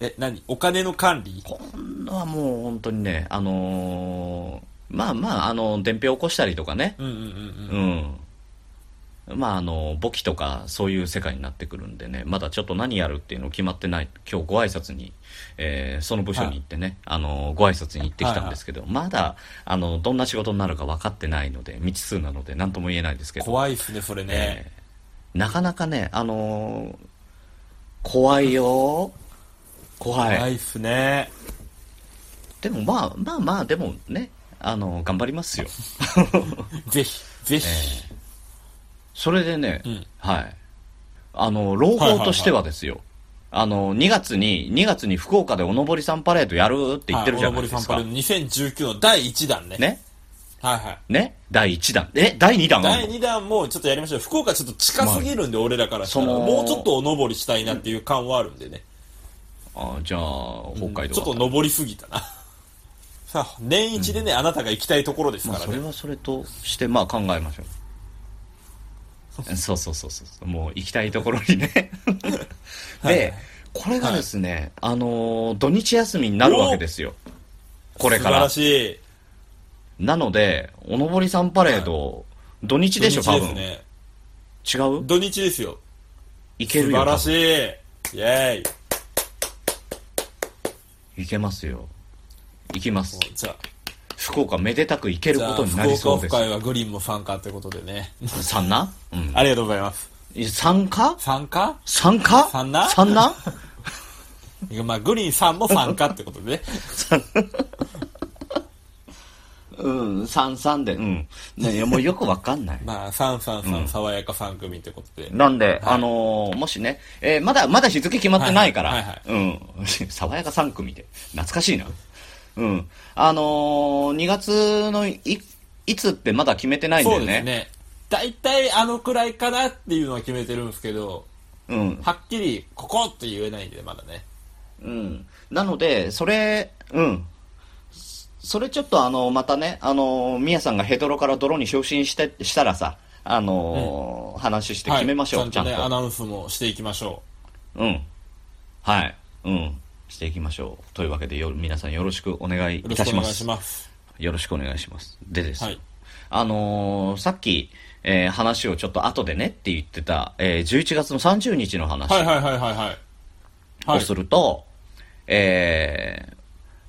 S3: え、何お金の管理
S2: 今度はもう本当にね、あのーまあまあ、あの、伝票起こしたりとかね、
S3: うんうんうんうん。
S2: うん。まあ、あの、簿記とかそういう世界になってくるんでね、まだちょっと何やるっていうの決まってない、今日ご挨拶に、えーその部署に行ってね、あの、ご挨拶に行ってきたんですけど、まだ、あの、どんな仕事になるか分かってないので、未知数なので何とも言えないですけど、
S3: 怖いっすね、それね。
S2: えーなかなかね、あのー怖いよ <laughs> 怖い。
S3: 怖いっすね。
S2: でもまあ、まあまあ、でもね、あの、頑張りますよ。
S3: ぜひ、ぜひ。
S2: それでね、
S3: うん
S2: はい。あの、朗報としてはですよ。あの、2月に、2月に福岡でおのぼりさんパレードやるって言ってるじゃないで
S3: はいおのぼりファ
S2: す
S3: ンパ
S2: か。
S3: レード2019の第1弾ね。
S2: ね
S3: はいはい。
S2: ね第1弾。え第2弾あん
S3: 第
S2: の
S3: 2弾もちょっとやりましょう。福岡ちょっと近すぎるんで、俺らからしたら。
S2: その
S3: もうちょっとお登りしたいなっていう感はあるんでね。
S2: あじゃあ、北海道だたら、
S3: ちょっと登りすぎたな。 <laughs> さあ、年一でね、あなたが行きたいところです
S2: ま
S3: か
S2: あ、
S3: ら
S2: それ
S3: ね。
S2: はそれとして、まあ考えましょう。そうそうそうそう。もう行きたいところに
S3: <laughs>
S2: ね。で、これがですね、あのー土日休みになるわけですよ。これ
S3: 素
S2: か
S3: 晴
S2: ら
S3: ら。しい。
S2: なので、おのぼりさんパレード、土日でしょ、
S3: 土
S2: 多
S3: 日
S2: 分。
S3: ですね。
S2: 違う
S3: 土日ですよ。
S2: いけ
S3: 素
S2: るよ。
S3: 晴らし
S2: 多
S3: い。イェーイ。
S2: 分いけますよ。行きます。
S3: じゃあ、
S2: 福岡めでたく行ける
S3: じ
S2: こ
S3: ゃあ
S2: とにな
S3: 福
S2: りそう
S3: 岡オフ
S2: です。
S3: 会はグリーンも参加ってことでね。 <laughs>
S2: さんなうん。
S3: ありがとうございます。
S2: 参加
S3: 参加
S2: 参加
S3: 三な
S2: 三
S3: <laughs>
S2: な
S3: まあ、グリーンさんも参加ってことでね。 <laughs>
S2: うん、三三で、うん。ねいやもうよくわかんない。
S3: <laughs> まあ、三三三爽やか三組ってことで。
S2: なんで、あのーもしね、えーまだ、まだ日付決まってないから、
S3: はいはい
S2: うん。 <laughs> 爽やか3組で。懐かしいな。うん。あのー、2月のい、いつってまだ決めてないんだ
S3: そ
S2: よ
S3: う
S2: ね。
S3: ですね。大体あのくらいかなっていうのは決めてるんですけど、
S2: うん。
S3: はっきりここって言えないんで、まだね。
S2: うん。なので、それ、うん。それちょっとあの、またね、あのー、みやさんがヘドロから泥に昇進して、したらさ、あのー話して決めましょう、
S3: はい
S2: ちゃんと。
S3: ね、アナウンスもしていきましょ。
S2: うん。はい。うん。していきましょう。というわけで、よ皆さんよろしくお願いいう
S3: よろ
S2: た
S3: し
S2: し
S3: くお
S2: ま
S3: 願い
S2: す
S3: し。ます。
S2: よろしくお願いします。でです。
S3: はい
S2: あのーさっき、えー話をちょっと後でねって言ってた、えー11月の30日の話
S3: はいはいはいはいはい。は
S2: を
S3: い
S2: す。ると、えー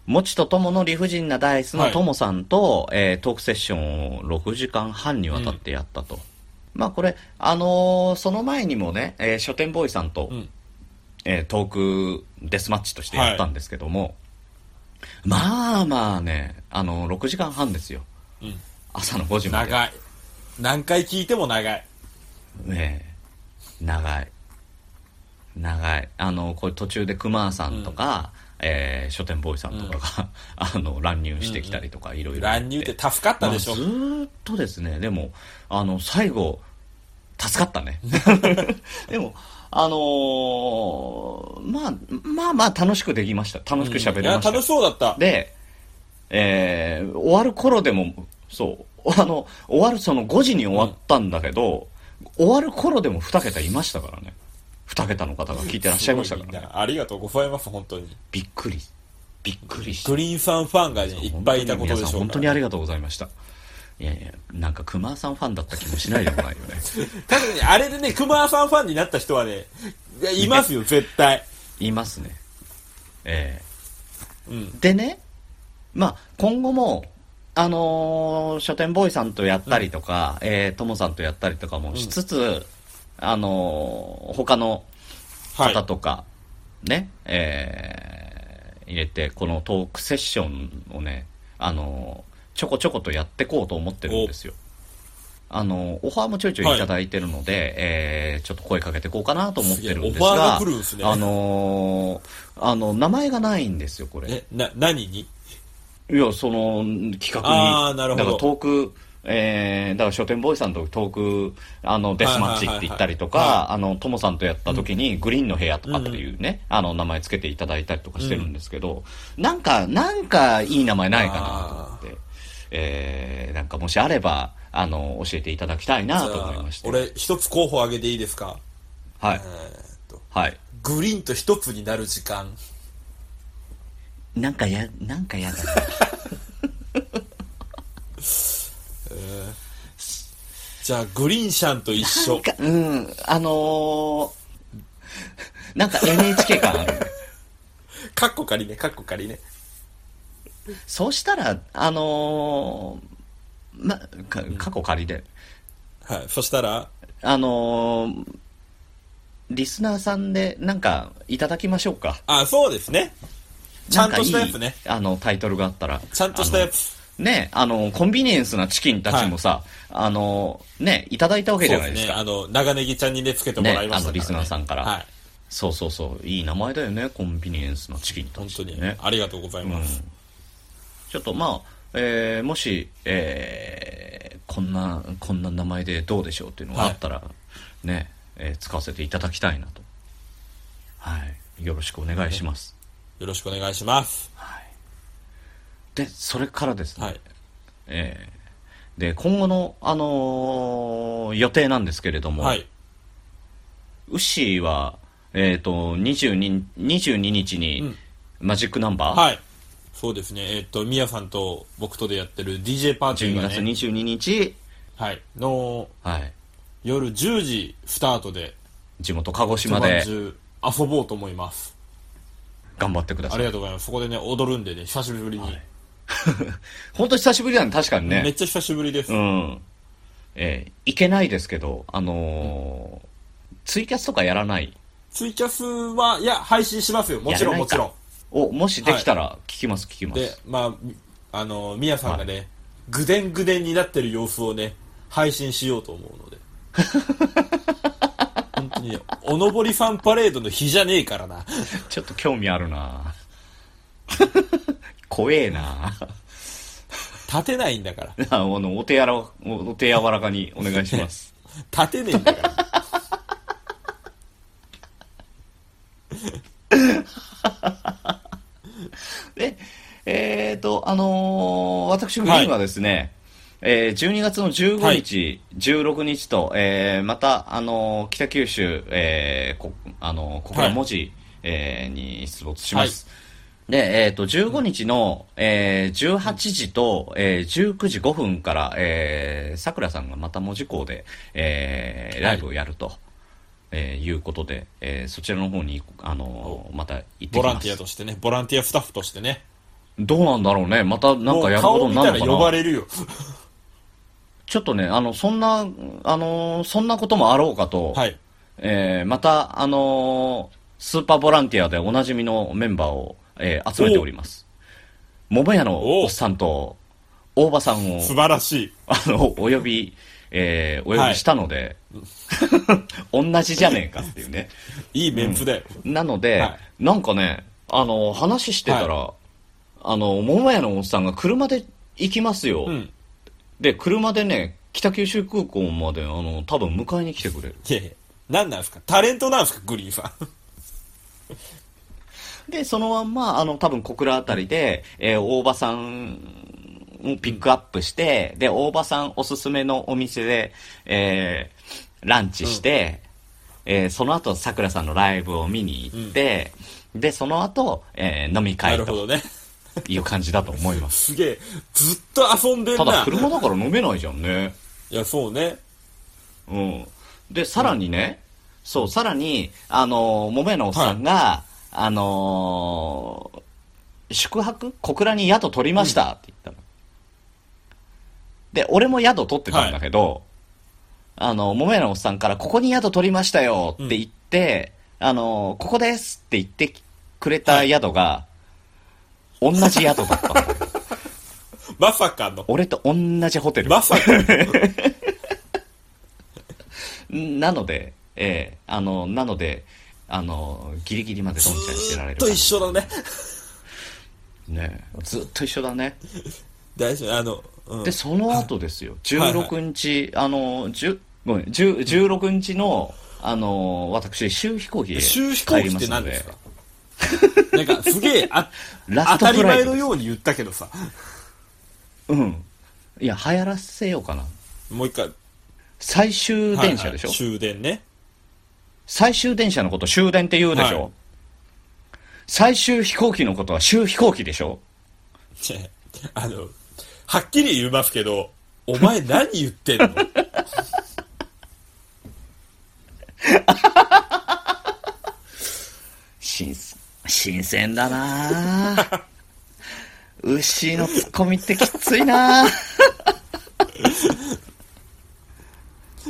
S2: もちとともの理不尽なダイスの
S3: はい
S2: ともさんと、えートークセッションを6時間半にわたってやったと。まあこれ、あのーその前にもね、えー書店ボーイさんと、
S3: うん
S2: えートークデスマッチとしてやったんですけども、まあまあね、あのー6時間半ですよ。
S3: うん
S2: 朝の5時まで。
S3: 長い。何回聞いても長い。
S2: ねえ長い長いあのこれ途中でクマーさんとか、えー書店ボーイさんとかが、 <laughs> あの乱入してきたりとかいろいろあ
S3: 乱入って助かったでしょ
S2: まあず。ーっとですねでもあの最後助か
S3: <laughs>
S2: ったね <laughs> でもあのーまあまあまあ楽しくできました楽しく喋
S3: い
S2: れま
S3: や、
S2: した、
S3: 楽しそうだった。
S2: で、えー終わる頃でも、そう、 <laughs> あの、終わる、その5時に終わったんだけど、終わる頃でも2桁いましたからね。二桁の方が聞いてらっしゃいましたか
S3: すご
S2: ら
S3: み
S2: ね
S3: んなありがとうございます、本当に。
S2: びっくりびっくりした
S3: グリーンさんファンがね、いっぱいいたこ
S2: 本当に
S3: とでしょうから
S2: 皆さん本当にありがとうございましたいやいやなんか熊さんファンだった気もしないでもないよね
S3: 多分ね、あれでね、熊さんファンになった人はね、いやいますよ、絶対。
S2: いますねええ
S3: うん。
S2: でね、まあ、今後も、あのー書店ボーイさんとやったりとか、えーともさんとやったりとかもしつつ、あのー他の
S3: はい。
S2: 方とか、ね、えー入れて、このトークセッションをね、あのーちょこちょことやってこうと思ってるんですよ。あのーオファーもちょいちょいいただいてるので、えーちょっと声かけていこうかなと思ってるんです
S3: すげえオファー
S2: が、
S3: が来るんですね
S2: あのーあの、名前がないんですよ、これ。
S3: え、な、何に
S2: いや、その企画に、
S3: あーなるほど
S2: だからトーク、えー、だから書店ボーイさんとトーク、あの、デスマッチって言ったりと
S3: はいはいはい
S2: か、あの、トモさんとやった時に、グリーンの部屋とかっていうね、あの、名前つけていただいたりとかしてるんですけど、なんか、なんかいい名前ないかなと思って、えー、なんかもしあれば、あの、教えていただきたいなと思いまして。
S3: 俺、一つ候補あげていいですか
S2: は
S3: え
S2: い
S3: ー。っと、
S2: はい。
S3: グリーンと一つになる時間。
S2: なんかや、なんか
S3: <laughs>
S2: やだ。
S3: えーじゃあ、グリーンシャンと一
S2: な
S3: 緒
S2: ん。か、うん、あのー、なんか NHK 感ある。
S3: カッコ仮ね、カッコ仮ね。
S2: そうしたら、あのーま、か過去仮で、
S3: はい。そしたら、
S2: あのーリスナーさんでなんかいただきましょうか。
S3: あ、そうですね。ちゃんとしたやつ
S2: なん
S3: ね
S2: か。いいあの、タイトルがあったら。
S3: ちゃんとしたやつ。
S2: あの。ね、あの、コンビニエンスなチキンたちもさ、あの、ね、いただいたわけじ
S3: そ
S2: ゃ
S3: う
S2: ない
S3: で
S2: ですす
S3: ね。
S2: か。
S3: あの、長ネギちゃんにね、つけてもらいましたから、
S2: ねあのリスナーさんから
S3: はい。
S2: そうそうそう。いい名前だよね、コンビニエンスなチキンた
S3: 本
S2: ち
S3: 当
S2: って
S3: に、
S2: ね。
S3: ありがとうございます。
S2: ちょっとまあ、えーもし、えーこんな、こんな名前でどうでしょうっていうのがあったら、ね、えー使わせていただきたいなと。はい。よろしくお願いします。
S3: よろしくお願いします。
S2: はい。で、それからですね、
S3: はい。
S2: えーで、今後の、あのー予定なんですけれども、
S3: はい。
S2: ウッシーは、えっ、と、22、22日に、
S3: うん
S2: マジックナンバー、
S3: はい。そうですね。えっ、と、みやさんと僕とでやってる DJ パーティー
S2: 12
S3: が
S2: 月
S3: ね、
S2: 22日、
S3: はい。の
S2: はい。
S3: 夜10時スタートで、
S2: 地元鹿児
S3: 一
S2: 島
S3: 晩
S2: で
S3: 中遊ぼうと思います。
S2: 頑張ってくだ
S3: あ
S2: さ
S3: り
S2: い。
S3: がとうございます。そこでね、踊るんでね、久しぶりに。
S2: 本当久しぶりだね、確かに
S3: めっ
S2: ね。
S3: ちゃ久しぶりです。
S2: うん。えーいけないですけど、あのーツイキャスとかやらない。
S3: ツイキャスは、いや、配信しますよ。もちろん、
S2: やら
S3: も
S2: ない
S3: ち
S2: か
S3: ろん。
S2: を、もしできたら聞きます、聞きま
S3: で
S2: す。、
S3: まあみ、あの、みやさんがね、ぐでんぐでんになってる様子をね、配信しようと思
S2: <laughs>
S3: うので。本当にね、おのぼりファンパレードの日じゃねえからな。
S2: ちょっと興味あるな <laughs> 怖えな <laughs>
S3: 立てないんだから。
S2: あの、お手やら、おお手柔らかにお願いします。
S3: 立てねえんだ
S2: <laughs>
S3: から。
S2: で、えっ、と、あのー私、グリーンはですね、えー12月の15日、16日と、えーまた、あのー北九州、えーこあのー小倉文字、えーに出没します。で、えっ、と、15日の、えー18時と、えー19時5分から、えー、さくらさんがまた文字港で、えーライブをやると、えーいうことで、えーそちらの方に、あのーまた行ってきます。
S3: ボランティアとしてね、ボランティアスタッフとしてね。
S2: どうなんだろうね。またなん
S3: も
S2: か
S3: う
S2: やるこ
S3: 顔
S2: と
S3: 見
S2: にな
S3: た
S2: るの
S3: ら
S2: か
S3: 呼ば
S2: な
S3: れるよ。
S2: ちょっとね、あの、そんな、あのー、そんなこともあろうかと、
S3: はい。
S2: えーまた、あのースーパーボランティアでおなじみのメンバーを、えー集めております。桃屋の
S3: お
S2: おっさんと、大場さんを、
S3: 素晴らしい。
S2: あの、お呼び、えーお呼びしたので、 <laughs> 同じじゃねえかっていうね。
S3: いいメンツだよ。
S2: なので、
S3: は
S2: なんかね、あの、話してたら、あの、桃屋のおっさんが車で行きますよ。
S3: うん。
S2: で、車でね、北九州空港まで、あの、多分迎えに来てくれる。
S3: いやいや、なんなんすかタレントなんすかグリーンさん。
S2: で、そのまんま、あの、多分小倉あたりで、えー大場さんをピックアップして、で、大場さんおすすめのお店で、えーランチして、えーその後、さくらさんのライブを見に行って、で、その後、えー飲み
S3: な
S2: 会
S3: るほ
S2: と
S3: どね。
S2: いう感じだと思います。
S3: すげえ。ずっと遊んでん
S2: ただ、
S3: な。
S2: 車だから飲めないじゃんね。
S3: いや、そうね。
S2: うん。で、さらにね、そう、さらに、あのー、もめのおっさんが、あのー宿泊小倉に宿取りましたって言ったの。で、俺も宿取ってたんだけど、あの、もめのおっさんから、ここに宿取りましたよって言って、あのーここですって言ってくれた宿が、同じ宿だったの。
S3: まさかの。
S2: 俺と同じホテル。
S3: まさか
S2: <laughs>
S3: の。
S2: なので、ええあの、なので、あの、ギリギリまでドンちゃんしてられる。
S3: ずっと一緒だね。
S2: ねえずっと一緒だね。
S3: 大丈夫。あの、うん
S2: で、。その後ですよ。16日、あの、10ごめん、10 16日の、あの、私、週飛行機へ
S3: 修飛行
S2: 帰り
S3: 機
S2: ま
S3: って
S2: すの
S3: 何で
S2: です
S3: かなんかすげえあ
S2: <laughs> ラスト
S3: 当たり
S2: フライ
S3: 前
S2: ト
S3: のように言ったけどさ
S2: うん。いや、流行らせようかな。
S3: もう一回
S2: 最終電車でしょ、
S3: はいはい終電ね
S2: 最終電車のこと終電って言うでしょ、
S3: はい
S2: 最終飛行機のことは終飛行機でしょ
S3: ちぇあのはっきり言いますけどお前何言ってん
S2: <laughs>
S3: の
S2: 新新鮮だな <laughs> ぁ牛のツッコミってきついなぁ <laughs>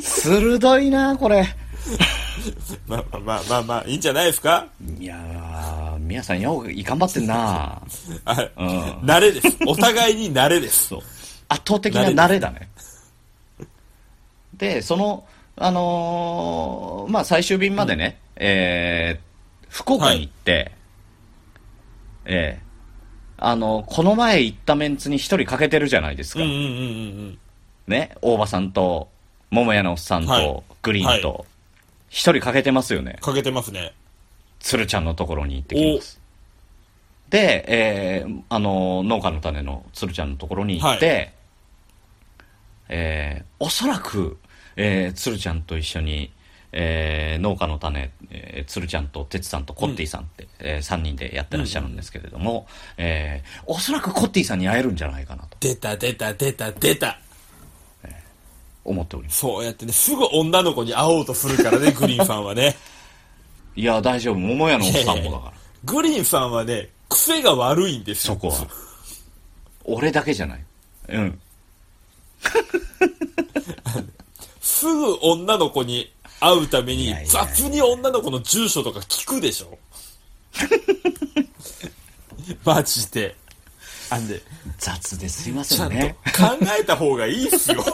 S2: 鋭いなぁこれ
S3: まあまあまあまあ、まあ、いいんじゃないですか
S2: いやー皆さんよく頑張ってんなぁ
S3: あ、
S2: ん
S3: 慣れですお互いに慣れです
S2: そう圧倒的な慣れだねでそのあのーまあ最終便までね、えー福岡に行って、ええあのこの前行ったメンツに一人欠けてるじゃないです
S3: うん
S2: か、
S3: うんうんうん
S2: ね大場さんと桃屋のおっさんと、
S3: はい
S2: グリーン
S3: は
S2: と一人欠けてますよね
S3: かけてますね
S2: 鶴ちゃんのところに行ってきますで、えーあの農家の種の鶴ちゃんのところに行って、
S3: は
S2: えーおそらく、えー、鶴ちゃんと一緒に、えー農家の種、えー、鶴ちゃんと哲さんとコッティさんって、え3人でやってらっしゃるんですけれども、えーおそらくコッティさんに会えるんじゃないかなと
S3: 出た出た出た出た
S2: 思っております
S3: そうやってねすぐ女の子に会おうとするか
S2: <laughs>
S3: らねグリーンさんはね
S2: いや大丈夫桃屋のおっさん
S3: いやい
S2: もだ
S3: やい
S2: か
S3: <laughs> や
S2: ら
S3: グリーンさんはね癖が悪いんですよ
S2: そこは俺だけじゃないうん
S3: すぐ女の子に会うため
S2: い
S3: に
S2: やいやいや
S3: 雑に女の子の住所とか聞くで
S2: <laughs>
S3: しょマジであんで
S2: 雑ですいま
S3: ち
S2: せ
S3: ゃ
S2: ん
S3: んと
S2: ね
S3: 考えた方がいいっ
S2: <laughs>
S3: すよ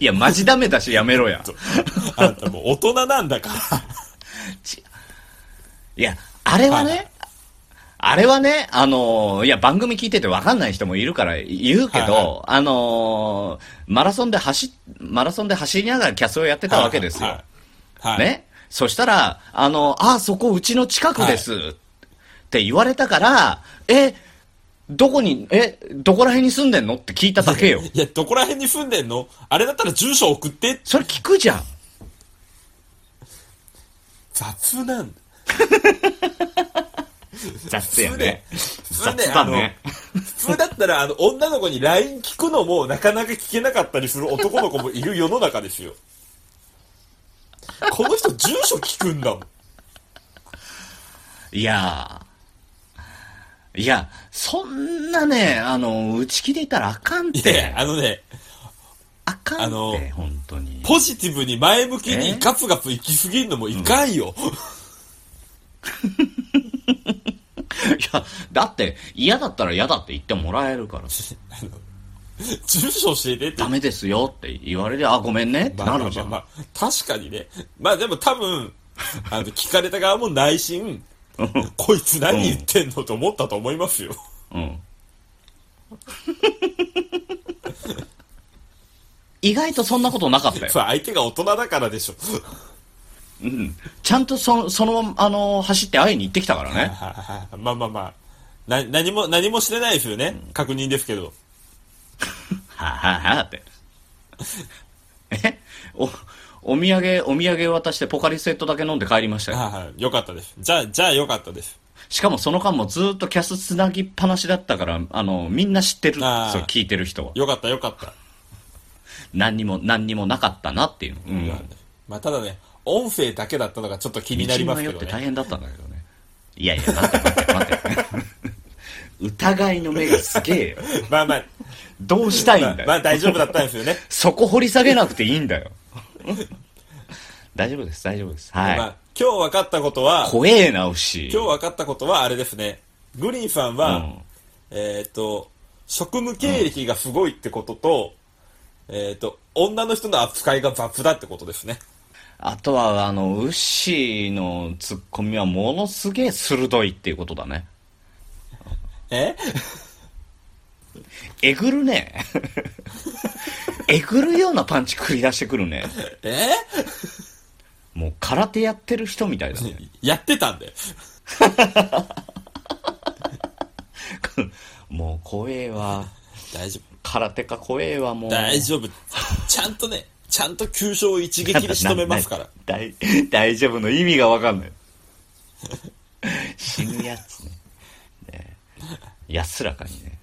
S2: いやマジダメだしやめろや
S3: あんたもう大人なんだから
S2: <laughs> いや、あれは
S3: は
S2: ね、あれはね、あのーいや、番組聞いてて分かんない人もいるから言うけど、
S3: はいは
S2: あのーマラソンで走っ、マラソンで走りながらキャスをやってたわけですよ。
S3: はい、はい
S2: ね。そしたら、あのーあー、そこうちの近くです、って言われたから、え、どこに、え、どこら辺に住んでんのって聞いただけ
S3: <laughs>
S2: よ。
S3: いやどこら辺に住んでんのあれだったら住所送って
S2: それ聞くじゃん。
S3: 雑なんだ
S2: 雑やね。
S3: 普
S2: 雑だね。
S3: あの普通だったらあの女の子に LINE 聞くのもなかなか聞けなかったりする男の子もいる世の中ですよこの人住所聞くんだもん
S2: いやー。いや、そんなね、あの、打ち切れたらあかんっ
S3: いや
S2: て。
S3: あのね
S2: あかんって、
S3: あの
S2: 本当に。
S3: ポジティブに前向き
S2: え
S3: にガツガツ行きすぎるのもいかんよ、
S2: いや、だって、嫌だったら嫌だって言ってもらえるから、
S3: 住所教えてって
S2: ダメですよって言われて、あ、ごめんねって
S3: ま
S2: な
S3: あま
S2: る
S3: あ
S2: じゃ
S3: まあ
S2: ん。
S3: まあ確かにねまあでも多分あの聞かれた側も内心こいつ何言ってんのと思ったと思いますよ
S2: うん。 <laughs> 意外とそんなことなかったよ。
S3: それ相手が大人だからでしょ <laughs>
S2: うん。ちゃんとそその、あの、走って会いに行ってきたからね。
S3: はいはいはいまあまあまあ。な、何も、何もしてないですよね。確認ですけど。
S2: はあはあはあって。えお、お土産、お土産渡してポカリスエットだけ飲んで帰りましたよ。
S3: はいはい。よかったです。じゃあ、じゃあよかったです。
S2: しかもその間もずーっとキャスつなぎっぱなしだったから、あの、みんな知ってる。そう
S3: あー、
S2: 聞いてる人は。
S3: よかったよかった。
S2: 何にも、何にもなかったなっていう。うん。
S3: まあ、ただね、音声だけだったのがちょっと気になりますけ
S2: 道
S3: ど
S2: に迷って大
S3: ね。
S2: 変だったんだけどね。いやいや、待って待って <laughs> 待って。疑いの目がすげえよ。
S3: まあまあ、
S2: どうしたいん
S3: まあ
S2: だよ。
S3: まあ大丈夫だったんですよね。
S2: そこ掘り下げなくていいんだよ。大丈夫です、大丈夫です。はい。
S3: まあ、今日分かったことは、
S2: 怖えな、牛。
S3: 今日分かったことはあれですね。グリーンさんは、えっ、と、職務経歴がすごいってことと、えっ、と、女の人の扱いが雑だってことですね。
S2: あとは、あの、ウッシーのツッコミはものすげえ鋭いっていうことだね。
S3: え <laughs>
S2: えぐるね。えぐるようなパンチ繰り出してくるね。
S3: え
S2: もう空手やってる人みたいだね。
S3: やってたんで。
S2: もう怖えわ。
S3: 大丈
S2: 空手か怖えわ、もう。
S3: 夫。<laughs> 大丈夫。ちゃんとね、ちゃんと急所を一撃で仕留めますから。
S2: な。なな大大丈夫の意味がわかんない。死ぬやつね。ね安らかにね。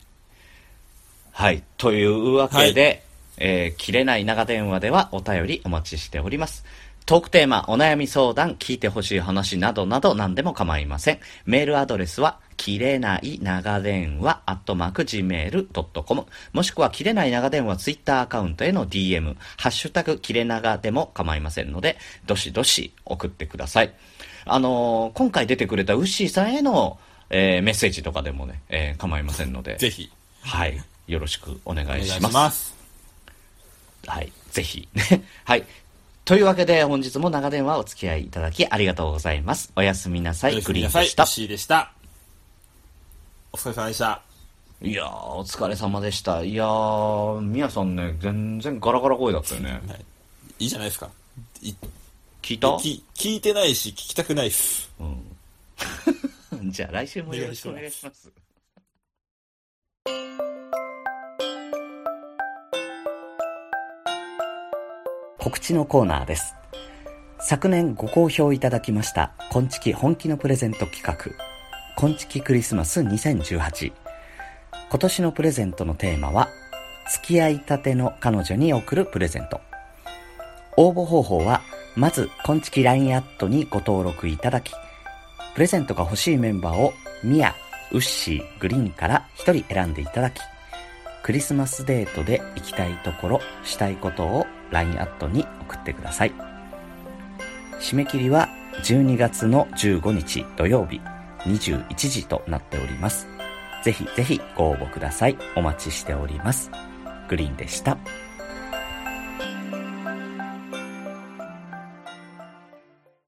S2: はい。というわけで、えー切れない長電話ではお便りお待ちしております。トークテーマ、お悩み相談、聞いてほしい話などなど何でも構いません。メールアドレスは、切れない長電話、アットマーク、gmail.com。もしくは、切れない長電話、ツイッターアカウントへの DM、ハッシュタグ、切れ長でも構いませんので、どしどし送ってください。あのー今回出てくれたウッシーさんへの、えーメッセージとかでもね、えー構いませんので。
S3: ぜひ、
S2: はい。よろしくお願
S3: お願
S2: い
S3: い
S2: し
S3: し
S2: ます。
S3: ます。
S2: はい。ぜひ。 <laughs> ねはい。というわけで、本日も長電話お付き合いいただきありがとうございます。おやすみなさ
S3: お
S2: い。
S3: やす
S2: グ
S3: み
S2: リー
S3: な
S2: ン
S3: さ
S2: で
S3: い。
S2: した。
S3: C でした。お疲れ様でした。
S2: いやー、お疲れ様でした。いやー、みやさんね、全然ガラガラ声だったよね。
S3: いいじゃないですか。い
S2: 聞いた
S3: き聞いてないし、聞きたくないっす。
S2: じゃあ来週もよろしくお願いします。
S1: 告知のコーナーです。昨年ご好評いただきました、こんちき本気のプレゼント企画、こんちきクリスマス2018。今年のプレゼントのテーマは、付き合いたての彼女に贈るプレゼント。応募方法は、まず、こんちき LINE アットにご登録いただき、プレゼントが欲しいメンバーを、ミヤ、ウッシー、グリーンから1人選んでいただき、クリスマスデートで行きたいところ、したいことを LINE アットに送ってください。締め切りは12月の15日土曜日21時となっております。ぜひぜひご応募ください。お待ちしております。グリーンでした。